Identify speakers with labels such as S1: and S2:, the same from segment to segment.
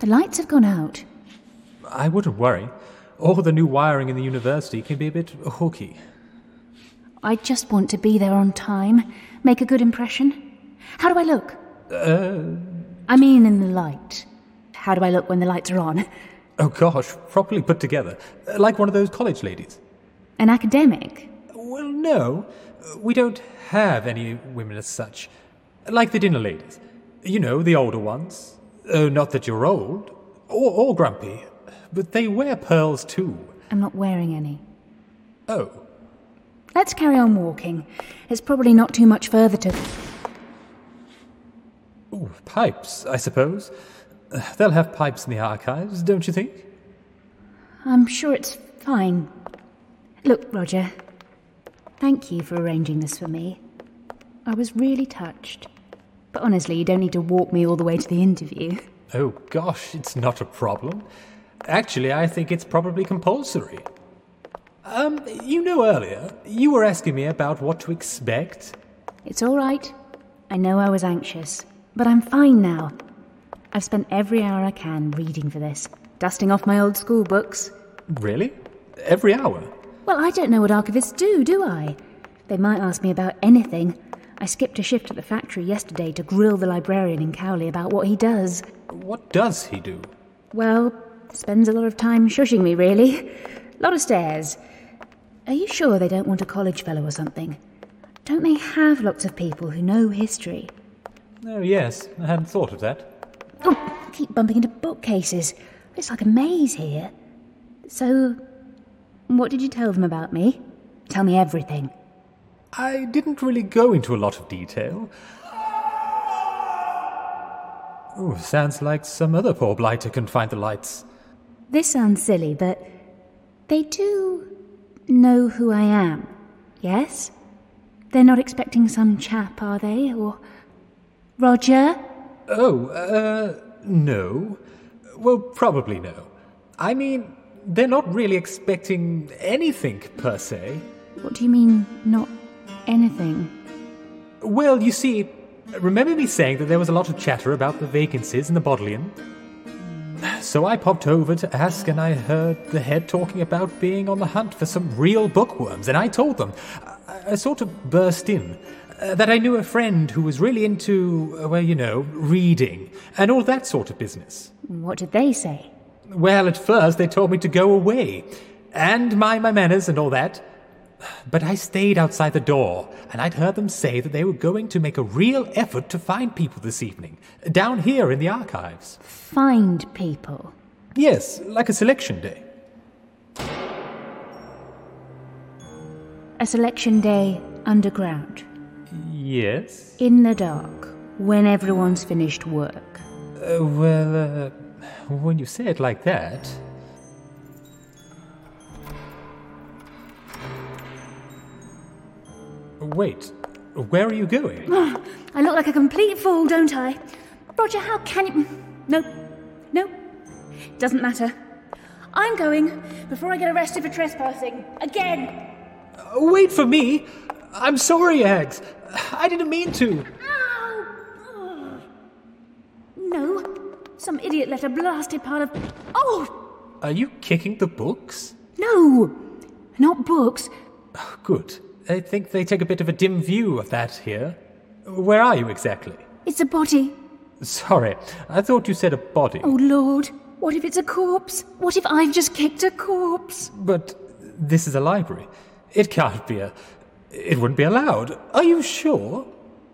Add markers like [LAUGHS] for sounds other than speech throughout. S1: The lights have gone out.
S2: I wouldn't worry. All the new wiring in the university can be a bit hooky.
S1: I just want to be there on time, make a good impression. How do I look?
S2: Uh,
S1: I mean, in the light. How do I look when the lights are on?
S2: oh gosh, properly put together. Uh, Like one of those college ladies.
S1: An academic?
S2: Well, no. We don't have any women as such. Like the dinner ladies. You know, the older ones. Oh, not that you're old. Or, or grumpy. But they wear pearls too.
S1: I'm not wearing any.
S2: Oh,
S1: Let's carry on walking. It's probably not too much further to.
S2: ooh, pipes, I suppose. Uh, They'll have pipes in the archives, don't you think?
S1: I'm sure it's fine. Look, Roger. Thank you for arranging this for me. I was really touched. But honestly, you don't need to walk me all the way to the interview.
S2: Oh gosh, it's not a problem. Actually, I think it's probably compulsory. Um, you know earlier, you were asking me about what to expect.
S1: It's all right. I know I was anxious, but I'm fine now. I've spent every hour I can reading for this, dusting off my old school books.
S2: Really? Every hour?
S1: Well, I don't know what archivists do, do I? They might ask me about anything. I skipped a shift at the factory yesterday to grill the librarian in Cowley about what he does.
S2: What does he do?
S1: Well, spends a lot of time shushing me, really. [LAUGHS] lot of stairs. Are you sure they don't want a college fellow or something? Don't they have lots of people who know history?
S2: Oh, yes, I hadn't thought of that.
S1: Oh, I keep bumping into bookcases. It's like a maze here. So, what did you tell them about me? Tell me everything.
S2: I didn't really go into a lot of detail. Ooh, sounds like some other poor blighter can find the lights.
S1: This sounds silly, but they do know who I am, yes? They're not expecting some chap, are they? Or. Roger?
S2: Oh, uh, no. Well, probably no. I mean, they're not really expecting anything per se.
S1: What do you mean, not anything?
S2: Well, you see, remember me saying that there was a lot of chatter about the vacancies in the Bodleian? So I popped over to ask, and I heard the head talking about being on the hunt for some real bookworms, and I told them, I, I sort of burst in, uh, that I knew a friend who was really into, uh, well, you know, reading, and all that sort of business.
S1: What did they say?
S2: Well, at first they told me to go away and mind my manners and all that. But I stayed outside the door, and I'd heard them say that they were going to make a real effort to find people this evening, down here in the archives.
S1: Find people.
S2: Yes, like a selection day.
S1: A selection day underground,
S2: Yes?
S1: in the dark, when everyone's finished work.
S2: Uh, well, uh, when you say it like that. Wait, where are you going?
S1: I look like a complete fool, don't I? Roger, how can you. No, no, doesn't matter. I'm going before I get arrested for trespassing. Again!
S2: Wait for me! I'm sorry, Eggs. I didn't mean to.
S1: Ow! No, some idiot left a blasted pile of. Oh!
S2: Are you kicking the books?
S1: No! Not books.
S2: Good. I think they take a bit of a dim view of that here. Where are you exactly?
S1: It's a body.
S2: Sorry, I thought you said a body.
S1: Oh, Lord. What if it's a corpse? What if I've just kicked a corpse?
S2: But this is a library. It can't be a. It wouldn't be allowed. Are you sure?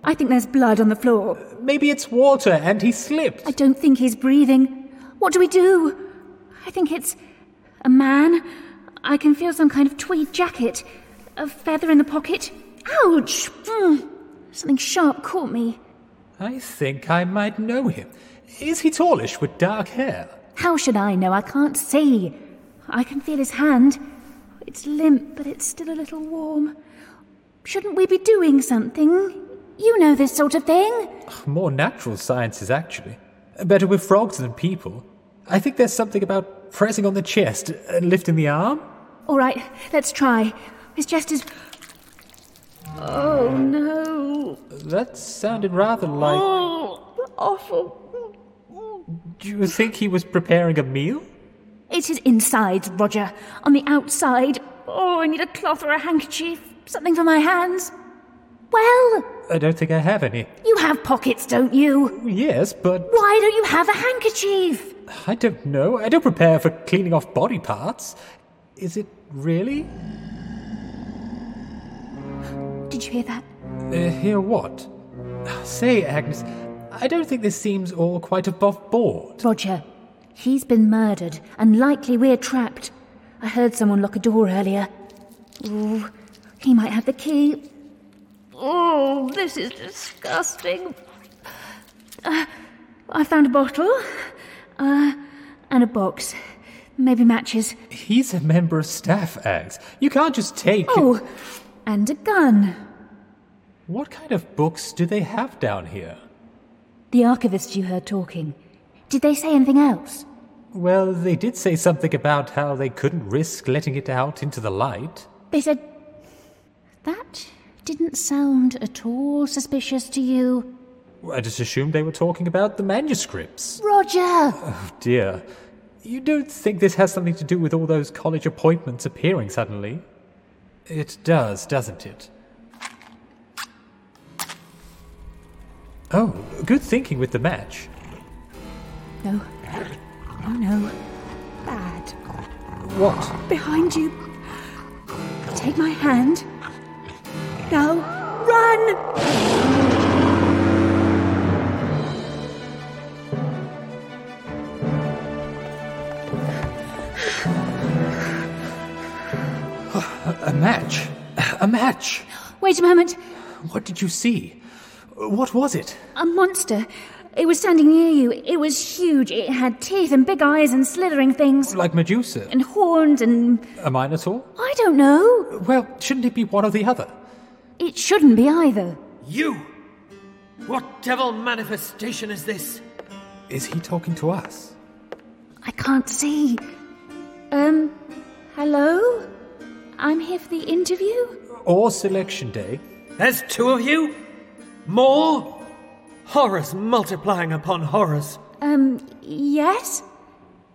S1: I think there's blood on the floor.
S2: Maybe it's water and he slipped.
S1: I don't think he's breathing. What do we do? I think it's a man. I can feel some kind of tweed jacket, a feather in the pocket. Ouch! Mm. Something sharp caught me.
S2: I think I might know him. Is he tallish with dark hair?
S1: How should I know? I can't see. I can feel his hand. It's limp, but it's still a little warm. Shouldn't we be doing something? You know this sort of thing.
S2: More natural sciences, actually. Better with frogs than people. I think there's something about pressing on the chest and lifting the arm.
S1: All right, let's try. His chest is. Oh no.
S2: That sounded rather like.
S1: Oh, awful.
S2: Do you think he was preparing a meal?
S1: It is inside, Roger. On the outside. Oh, I need a cloth or a handkerchief. Something for my hands. Well,
S2: I don't think I have any.
S1: you have pockets, don't you?
S2: Yes, but
S1: Why don't you have a handkerchief?
S2: I don't know. I don't prepare for cleaning off body parts. Is it really?
S1: Did you hear that?
S2: Uh, hear what? Say, Agnes, I don't think this seems all quite above board.
S1: Roger, he's been murdered, and likely we're trapped. I heard someone lock a door earlier. Ooh, he might have the key. Oh, this is disgusting. Uh, I found a bottle, uh, and a box. Maybe matches.
S2: He's a member of staff, Ags. You can't just take.
S1: Oh, and a gun.
S2: What kind of books do they have down here?
S1: The archivist you heard talking. Did they say anything else?
S2: Well, they did say something about how they couldn't risk letting it out into the light.
S1: They said. That didn't sound at all suspicious to you.
S2: I just assumed they were talking about the manuscripts.
S1: Roger!
S2: Oh dear. You don't think this has something to do with all those college appointments appearing suddenly? It does, doesn't it? Oh, good thinking with the match.
S1: No. Oh no. Bad.
S2: What?
S1: Behind you. Take my hand. Now, run!
S2: A match? A match?
S1: Wait a moment.
S2: What did you see? What was it?
S1: A monster. It was standing near you. It was huge. It had teeth and big eyes and slithering things.
S2: Like Medusa?
S1: And horns and.
S2: A minotaur?
S1: I don't know.
S2: Well, shouldn't it be one or the other?
S1: It shouldn't be either.
S3: You! What devil manifestation is this?
S2: Is he talking to us?
S1: I can't see. Um, hello? I'm here for the interview?
S2: Or Selection Day?
S3: There's two of you? More? Horrors multiplying upon horrors.
S1: Um, yes?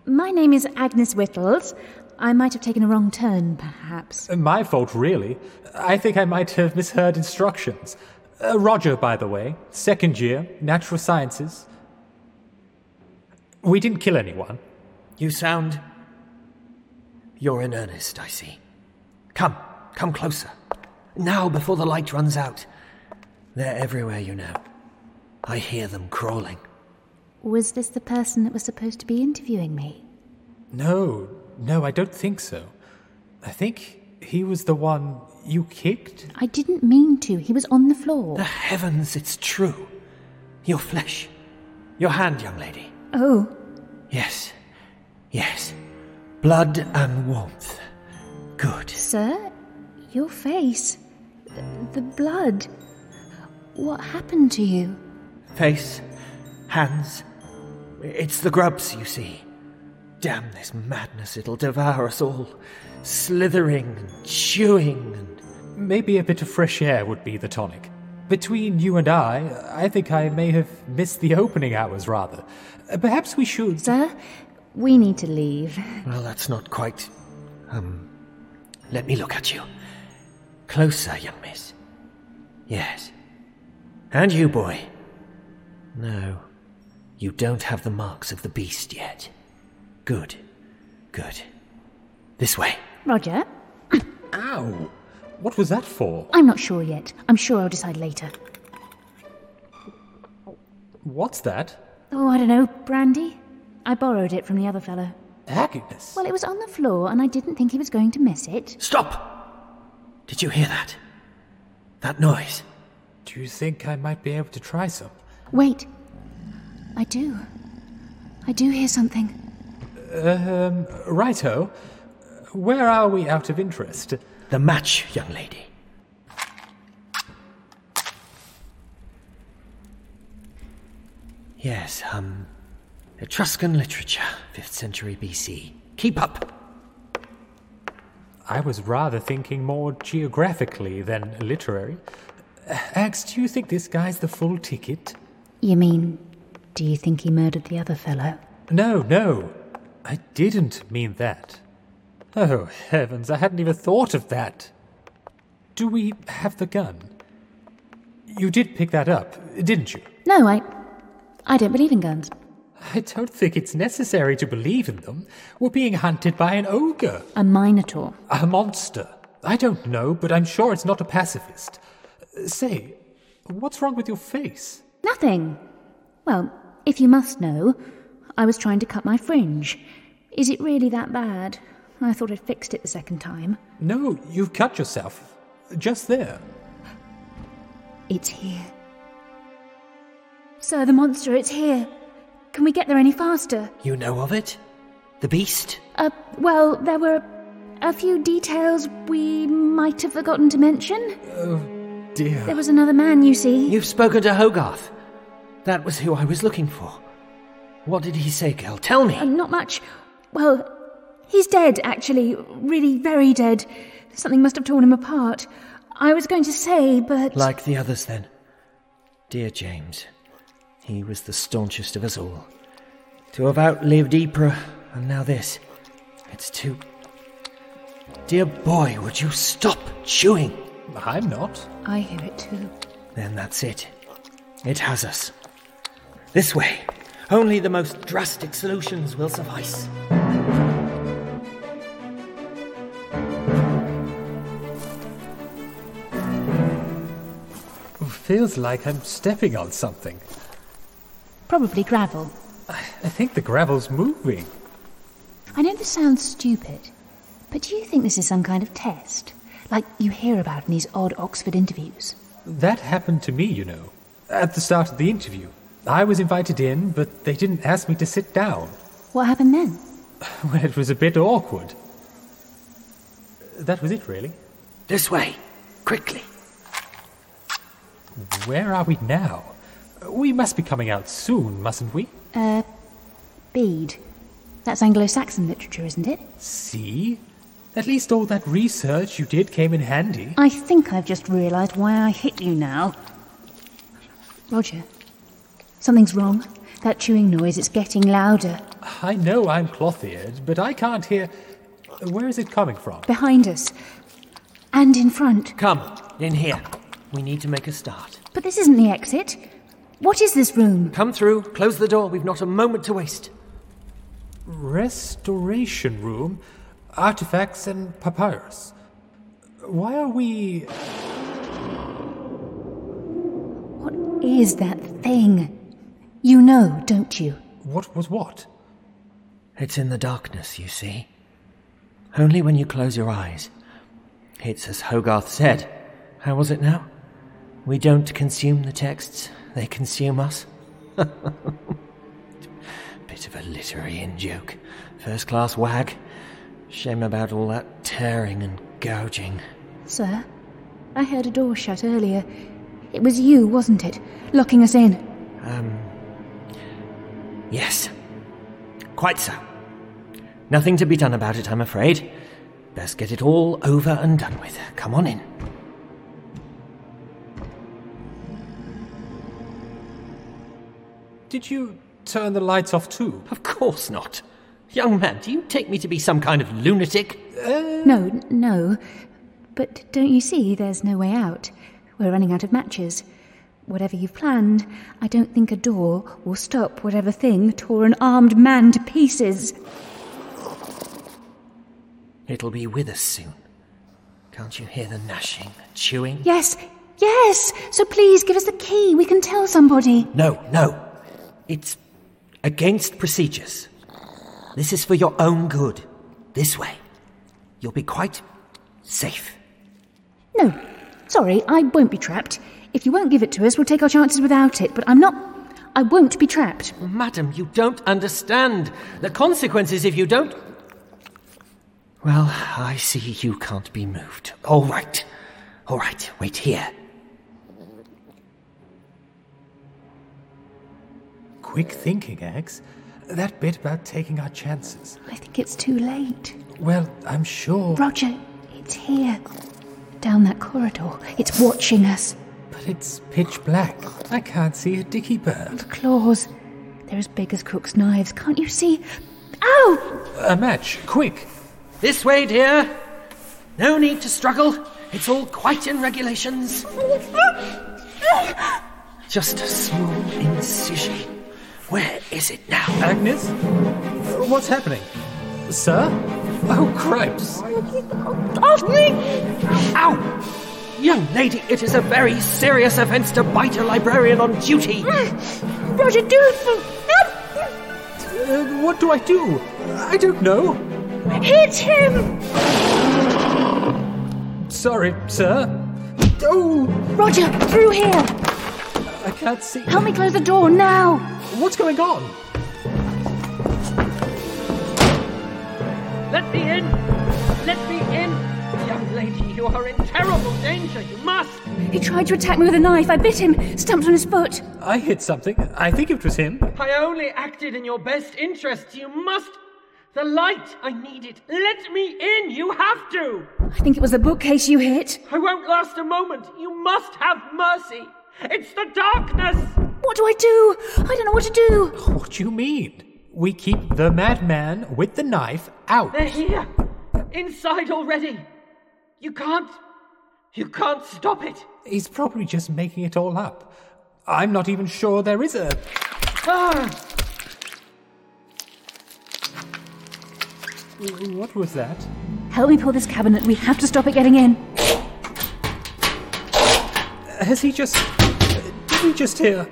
S1: My name is Agnes Whittles. I might have taken a wrong turn, perhaps.
S2: Uh, My fault, really. I think I might have misheard instructions. Uh, Roger, by the way, second year, natural sciences. We didn't kill anyone.
S3: You sound. You're in earnest, I see. Come, come closer. Now, before the light runs out. They're everywhere, you know. I hear them crawling.
S1: Was this the person that was supposed to be interviewing me?
S2: No, no, I don't think so. I think he was the one you kicked?
S1: I didn't mean to. He was on the floor.
S3: The heavens, it's true. Your flesh. Your hand, young lady.
S1: Oh,
S3: Yes. Yes. Blood and warmth. Good.
S1: sir? Your face. The blood. What happened to you?
S3: Face. Hands. It's the grubs, you see. Damn this madness, it'll devour us all. Slithering and chewing and.
S2: Maybe a bit of fresh air would be the tonic. Between you and I, I think I may have missed the opening hours, rather. Uh, Perhaps we should.
S1: Sir, we need to leave.
S3: Well, that's not quite. Um. Let me look at you. Closer, young miss. Yes. And you, boy. No. You don't have the marks of the beast yet. Good. Good. This way.
S1: Roger,
S2: Ow! What was that for?
S1: I'm not sure yet. I'm sure I'll decide later.
S2: What's that?
S1: Oh, I don't know, brandy? I borrowed it from the other fellow.
S2: Agnes.
S1: Well, it was on the floor, and I didn't think he was going to miss it.
S3: Stop! Did you hear that? That noise.
S2: Do you think I might be able to try some?
S1: Wait. I do. I do hear something.
S2: Righto. Where are we out of interest?
S3: The match, young lady. Yes, um. Etruscan literature, 5th century BC. Keep up!
S2: I was rather thinking more geographically than Uh, literary. Ax, do you think this guy's the full ticket?
S1: You mean Do you think he murdered the other fellow?
S2: No, no. I didn't mean that. Oh, heavens, I hadn't even thought of that. Do we have the gun? You did pick that up, didn't you?
S1: No, I. I don't believe in guns.
S2: I don't think it's necessary to believe in them. We're being hunted by an ogre,
S1: A minotaur.
S2: a monster. I don't know, but I'm sure it's not a pacifist. Uh, Say, what's wrong with your face?
S1: Nothing. Well, if you must know, I was trying to cut my fringe. Is it really that bad? I thought I'd fixed it the second time.
S2: No, you've cut yourself. Just there.
S1: It's here. Sir, the monster, it's here. Can we get there any faster?
S3: You know of it? The beast?
S1: Uh, well, there were a few details we might have forgotten to mention. There
S2: Dear.
S1: was another man, you see.
S3: You've spoken to Hogarth. That was who I was looking for. What did he say, girl? Tell me.
S1: Uh, not much. Well, he's dead, actually. Really, very dead. Something must have torn him apart. I was going to say, but.
S3: Like the others, then. Dear James, he was the staunchest of us all. To have outlived Ypres and now this, it's too. Dear boy, would you stop chewing?
S2: I'm not.
S1: I hear it too.
S3: Then that's it. It has us. This way. Only the most drastic solutions will suffice.
S2: Feels like I'm stepping on something.
S1: Probably gravel.
S2: I think the gravel's moving.
S1: I know this sounds stupid, but do you think this is some kind of test? Like you hear about in these odd Oxford interviews?
S2: That happened to me, you know, at the start of the interview. I was invited in, but they didn't ask me to sit down. [LAUGHS]
S1: What happened then?
S2: Well, it was a bit awkward. That was it, really.
S3: This way. Quickly.
S2: Where are we now? We must be coming out soon, mustn't we?
S1: Uh, bead. That's Anglo Saxon literature, isn't it?
S2: See? At least all that research you did came in handy.
S1: I think I've just realised why I hit you now. Roger, something's wrong. That chewing noise, it's getting louder.
S2: I know I'm cloth eared, but I can't hear. Where is it coming from?
S1: Behind us. And in front.
S3: Come, in here. We need to make a start.
S1: But this isn't the exit. What is this room?
S3: Come through, close the door. We've not a moment to waste.
S2: Restoration room, artifacts and papyrus. Why are we.
S1: What is that thing? You know, don't you?
S2: What was what?
S3: It's in the darkness, you see. Only when you close your eyes. It's as Hogarth said. How was it now? We don't consume the texts, they consume us. [LAUGHS] Bit of a literary in joke. First class wag. Shame about all that tearing and gouging.
S1: Sir, I heard a door shut earlier. It was you, wasn't it? Locking us in.
S3: Yes. Quite so. Nothing to be done about it, I'm afraid. Best get it all over and done with. Come on in.
S2: Did you turn the lights off too?
S3: Of course not. Young man, do you take me to be some kind of lunatic?
S1: No, n- no. But don't you see, there's no way out. We're running out of matches. Whatever you've planned, I don't think a door will stop whatever thing tore an armed man to pieces.
S3: It'll be with us soon. Can't you hear the gnashing, the chewing?
S1: Yes, yes! So please give us the key. We can tell somebody.
S3: No, no. It's against procedures. This is for your own good. This way. You'll be quite safe.
S1: No, sorry, I won't be trapped. If you won't give it to us, we'll take our chances without it. But I'm not. I won't be trapped.
S3: Madam, you don't understand the consequences if you don't. Well, I see you can't be moved. All right. All right, wait here.
S2: Quick thinking, Axe. That bit about taking our chances.
S1: I think it's too late.
S2: Well, I'm sure,
S1: Roger, it's here. Down that corridor. It's watching us.
S2: but it's pitch black. I can't see a dicky bird.
S1: The claws. They're as big as cook's knives, can't you see? Ow!
S2: A match, quick!
S3: This way, dear. No need to struggle. It's all quite in regulations. Just a small incision. Where is it now?
S2: Agnes? What's happening? Sir? Oh, cripes!
S3: Ow! Young lady, it is a very serious offence to bite a librarian on duty.
S1: Roger, dude!
S2: Uh, what do I do? I don't know.
S1: Hit him!
S2: Sorry, sir. Oh,
S1: Roger, through here!
S2: I can't see.
S1: Help me close the door now!
S2: What's going on?
S3: Let me in! Let me in! Young lady, you are in terrible danger. You must!
S1: He tried to attack me with a knife. I bit him, stamped on his foot.
S2: I hit something. I think it was him.
S3: I only acted in your best interests. You must! The light! I need it! Let me in! You have to!
S1: I think it was the bookcase you hit.
S3: I won't last a moment. You must have mercy! It's the darkness!
S1: What do I do? I don't know what to do.
S2: What do you mean? We keep the madman with the knife out.
S3: They're here! Inside already! You can't. You can't stop it!
S2: He's probably just making it all up. I'm not even sure there is a.
S3: Ah!
S2: What was that?
S1: Help me pull this cabinet. We have to stop it getting in.
S2: Has he just. Did he just hear?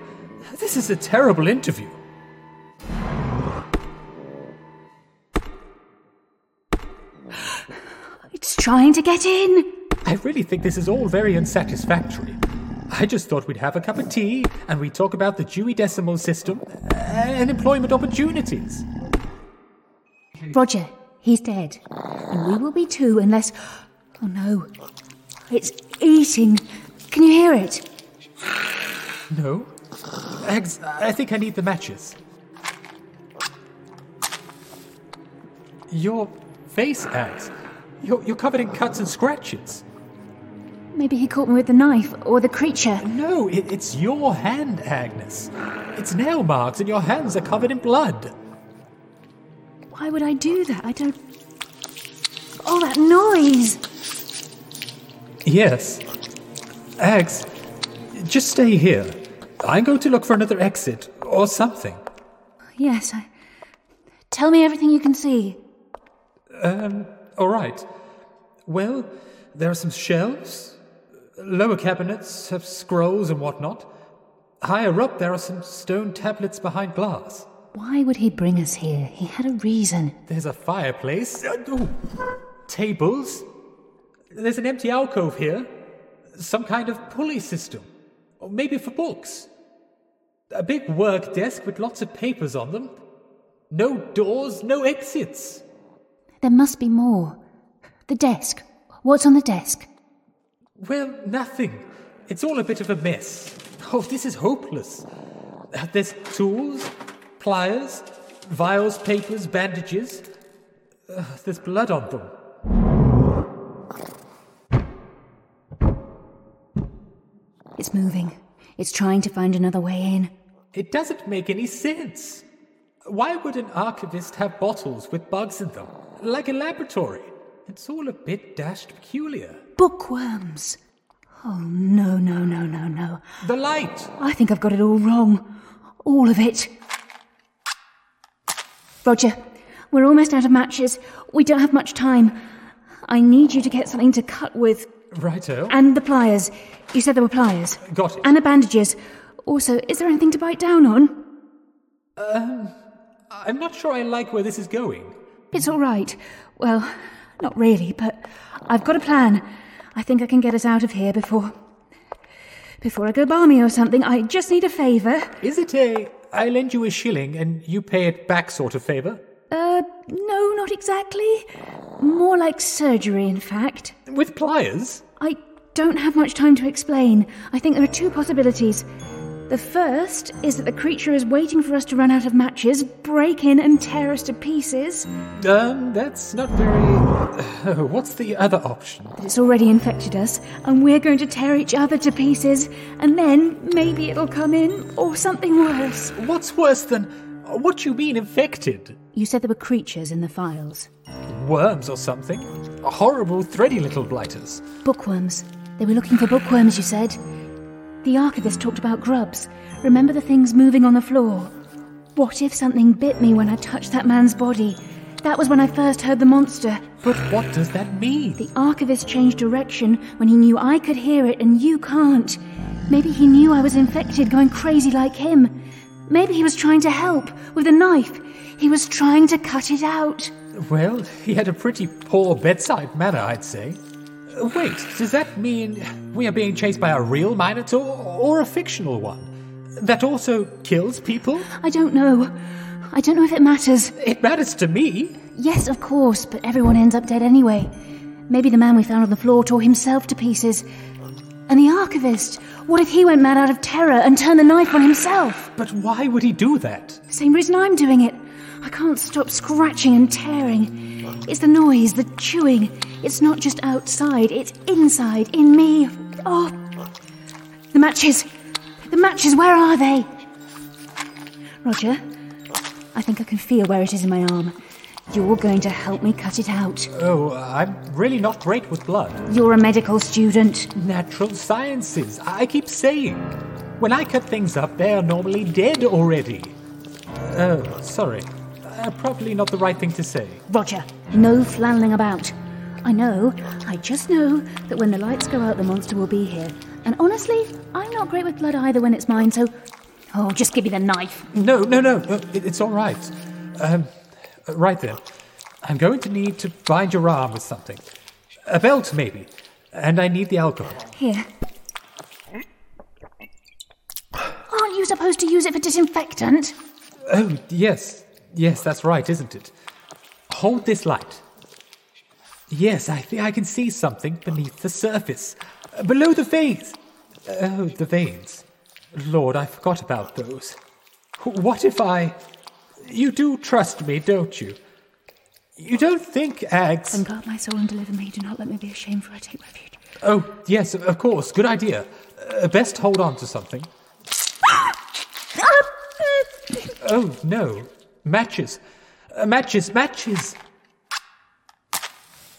S2: This is a terrible interview.
S1: It's trying to get in.
S2: I really think this is all very unsatisfactory. I just thought we'd have a cup of tea and we'd talk about the Dewey Decimal System and employment opportunities.
S1: Roger, he's dead. And we will be too unless. Oh no. It's eating. Can you hear it?
S2: No? Eggs, I think I need the matches. Your face, Ags. You're, you're covered in cuts and scratches.
S1: Maybe he caught me with the knife or the creature.
S2: No, it, it's your hand, Agnes. It's nail marks, and your hands are covered in blood.
S1: Why would I do that? I don't. All that noise!
S2: Yes. Ags, just stay here. I'm going to look for another exit or something.
S1: Yes, I. Tell me everything you can see.
S2: All right. Well, there are some shelves. Lower cabinets have scrolls and whatnot. Higher up, there are some stone tablets behind glass.
S1: Why would he bring us here? He had a reason.
S2: There's a fireplace. Uh, ooh, tables. There's an empty alcove here. Some kind of pulley system. Or maybe for books. A big work desk with lots of papers on them. No doors, no exits.
S1: There must be more. The desk. What's on the desk?
S2: Well, nothing. It's all a bit of a mess. Oh, this is hopeless. Uh, There's tools, pliers, vials, papers, bandages. Uh, there's blood on them.
S1: It's moving. It's trying to find another way in.
S2: It doesn't make any sense. Why would an archivist have bottles with bugs in them? Like a laboratory. It's all a bit dashed peculiar.
S1: Bookworms! Oh, no, no, no, no, no.
S2: The light!
S1: I think I've got it all wrong. All of it. Roger, we're almost out of matches. We don't have much time. I need you to get something to cut with.
S2: Righto.
S1: And the pliers. You said there were pliers.
S2: Got it.
S1: And the bandages. Also, is there anything to bite down on?
S2: I'm not sure I like where this is going.
S1: It's all right. Well, not really, but I've got a plan. I think I can get us out of here before. before I go balmy or something. I just need a favour.
S2: Is it a I lend you a shilling and you pay it back sort of favour?
S1: Uh, no, not exactly. More like surgery, in fact.
S2: With pliers?
S1: I don't have much time to explain. I think there are two possibilities. The first is that the creature is waiting for us to run out of matches, break in and tear us to pieces.
S2: Um, that's not very. [SIGHS] Oh, what's the other option?
S1: It's already infected us, and we're going to tear each other to pieces, and then maybe it'll come in, or something worse.
S2: What's worse than. What do you mean infected?
S1: You said there were creatures in the files.
S2: Worms or something? Horrible, thready little blighters.
S1: Bookworms. They were looking for bookworms, you said. The archivist talked about grubs. Remember the things moving on the floor? What if something bit me when I touched that man's body? That was when I first heard the monster.
S2: But what does that mean?
S1: The archivist changed direction when he knew I could hear it and you can't. Maybe he knew I was infected, going crazy like him. Maybe he was trying to help with a knife. He was trying to cut it out.
S2: Well, he had a pretty poor bedside manner, I'd say. Uh, Wait, does that mean we are being chased by a real Minotaur or a fictional one? That also kills people?
S1: I don't know. I don't know if it matters.
S2: It matters to me.
S1: Yes, of course, but everyone ends up dead anyway. Maybe the man we found on the floor tore himself to pieces. And the archivist. What if he went mad out of terror and turned the knife on himself?
S2: But why would he do that?
S1: Same reason I'm doing it. I can't stop scratching and tearing. It's the noise, the chewing. It's not just outside, it's inside, in me. Oh. The matches. The matches, where are they? Roger, I think I can feel where it is in my arm. You're going to help me cut it out.
S2: Oh, I'm really not great with blood.
S1: You're a medical student.
S2: Natural sciences, I keep saying. When I cut things up, they are normally dead already. Oh, sorry. Uh, probably not the right thing to say.
S1: Roger, no flanneling about. I know, I just know that when the lights go out, the monster will be here. And honestly, I'm not great with blood either when it's mine, so. Oh, just give me the knife.
S2: No, no, no. uh, it- It's all right. Um, uh, right then. I'm going to need to bind your arm with something. A belt, maybe. And I need the alcohol.
S1: Here. Aren't you supposed to use it for disinfectant?
S2: Oh, yes. Yes, that's right, isn't it? Hold this light. Yes, I think I can see something beneath the surface. Uh, Below the veins. Oh, the veins. Lord, I forgot about those. What if I. You do trust me, don't you? You don't think Ags.
S1: And guard my soul and deliver me. Do not let me be ashamed, for I take refuge.
S2: Oh, yes, of course. Good idea. Uh, best hold on to something.
S1: Ah,
S2: Oh, no. Matches. Uh, matches, matches.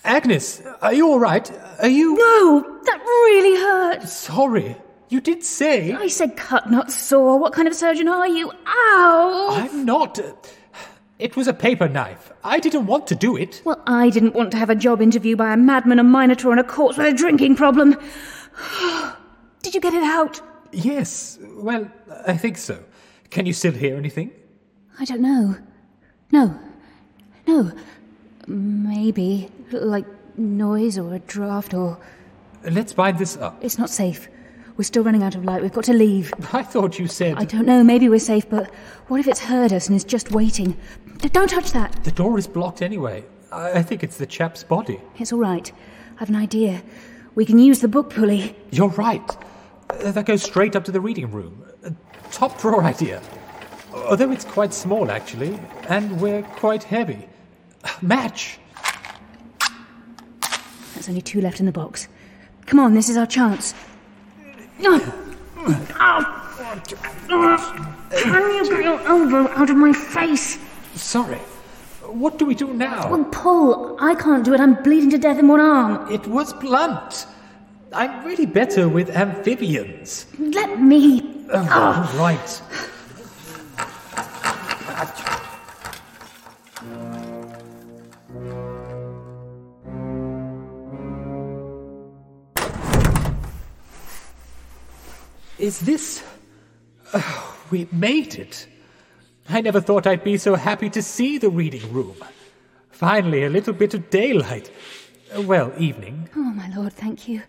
S2: Agnes, are you all right? Are you.
S1: No! That really hurts!
S2: Sorry. You did say.
S1: I said cut, not saw. What kind of surgeon are you? Ow!
S2: I'm not. uh, It was a paper knife. I didn't want to do it.
S1: Well, I didn't want to have a job interview by a madman, a minotaur, and a corpse with a drinking problem. [SIGHS] Did you get it out?
S2: Yes, well, I think so. Can you still hear anything?
S1: I don't know. No. No. Maybe. Like noise or a draft or.
S2: Let's bind this up. [LAUGHS]
S1: It's not safe. We're still running out of light. We've got to leave.
S2: I thought you said.
S1: I don't know. Maybe we're safe, but what if it's heard us and is just waiting? D- Don't touch that.
S2: The door is blocked anyway. I, I think it's the chap's body.
S1: It's all right. I've an idea. We can use the book pulley.
S2: You're right. Uh, that goes straight up to the reading room. Uh, top drawer idea. Although it's quite small, actually, and we're quite heavy. Match!
S1: There's only two left in the box. Come on, this is our chance. Oh, No. Can you get your elbow out of my face?
S2: Sorry. What do we do now?
S1: Well, Paul, I can't do it. I'm bleeding to death in one arm.
S2: It was blunt. I'm really better with amphibians.
S1: Let me.
S2: Oh, right. Is this. Oh, we made it. I never thought I'd be so happy to see the reading room. Finally, a little bit of daylight. Uh, Well, evening.
S1: Oh, my lord, thank you.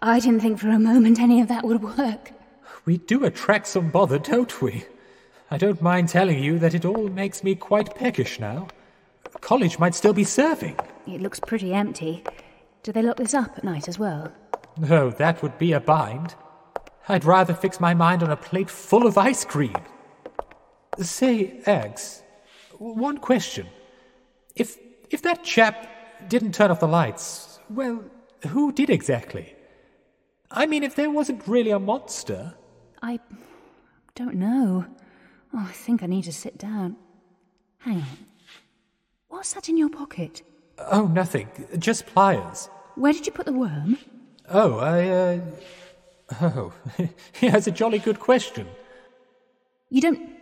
S1: I didn't think for a moment any of that would work.
S2: We do attract some bother, don't we? I don't mind telling you that it all makes me quite peckish now. College might still be serving.
S1: It looks pretty empty. Do they lock this up at night as well?
S2: No, that would be a bind. I'd rather fix my mind on a plate full of ice cream. Say, Eggs, one question. If if that chap didn't turn off the lights, well, who did exactly? I mean, if there wasn't really a monster,
S1: I don't know. Oh, I think I need to sit down. Hang on. What's that in your pocket?
S2: Oh, nothing. Just pliers.
S1: Where did you put the worm?
S2: Oh, I, uh. Oh, [LAUGHS] yeah, that's a jolly good question.
S1: You don't.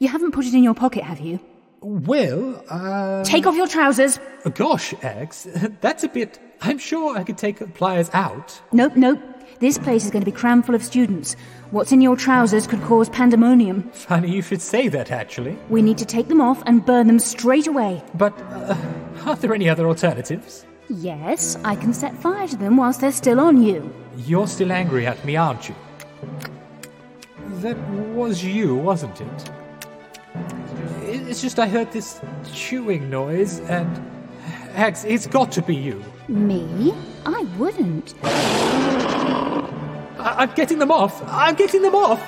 S1: You haven't put it in your pocket, have you?
S2: Well, uh.
S1: Take off your trousers.
S2: Gosh, Axe, that's a bit. I'm sure I could take the pliers out.
S1: Nope, nope. This place is going to be crammed full of students. What's in your trousers could cause pandemonium.
S2: Funny you should say that, actually.
S1: We need to take them off and burn them straight away.
S2: But uh, are there any other alternatives?
S1: Yes, I can set fire to them whilst they're still on you.
S2: You're still angry at me, aren't you? That was you, wasn't it? It's just I heard this chewing noise and. Axe, it's got to be you.
S1: Me? I wouldn't.
S2: I- I'm getting them off! I'm getting them off!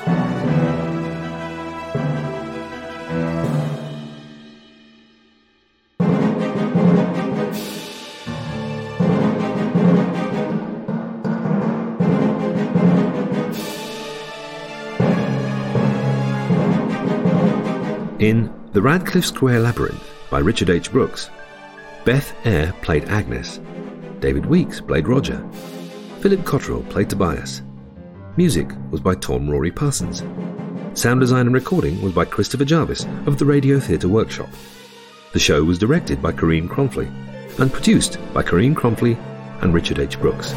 S4: In The Radcliffe Square Labyrinth by Richard H. Brooks, Beth Eyre played Agnes, David Weeks played Roger, Philip Cottrell played Tobias. Music was by Tom Rory Parsons. Sound design and recording was by Christopher Jarvis of the Radio Theatre Workshop. The show was directed by Corinne Cromfley and produced by Corinne Cromfley and Richard H. Brooks.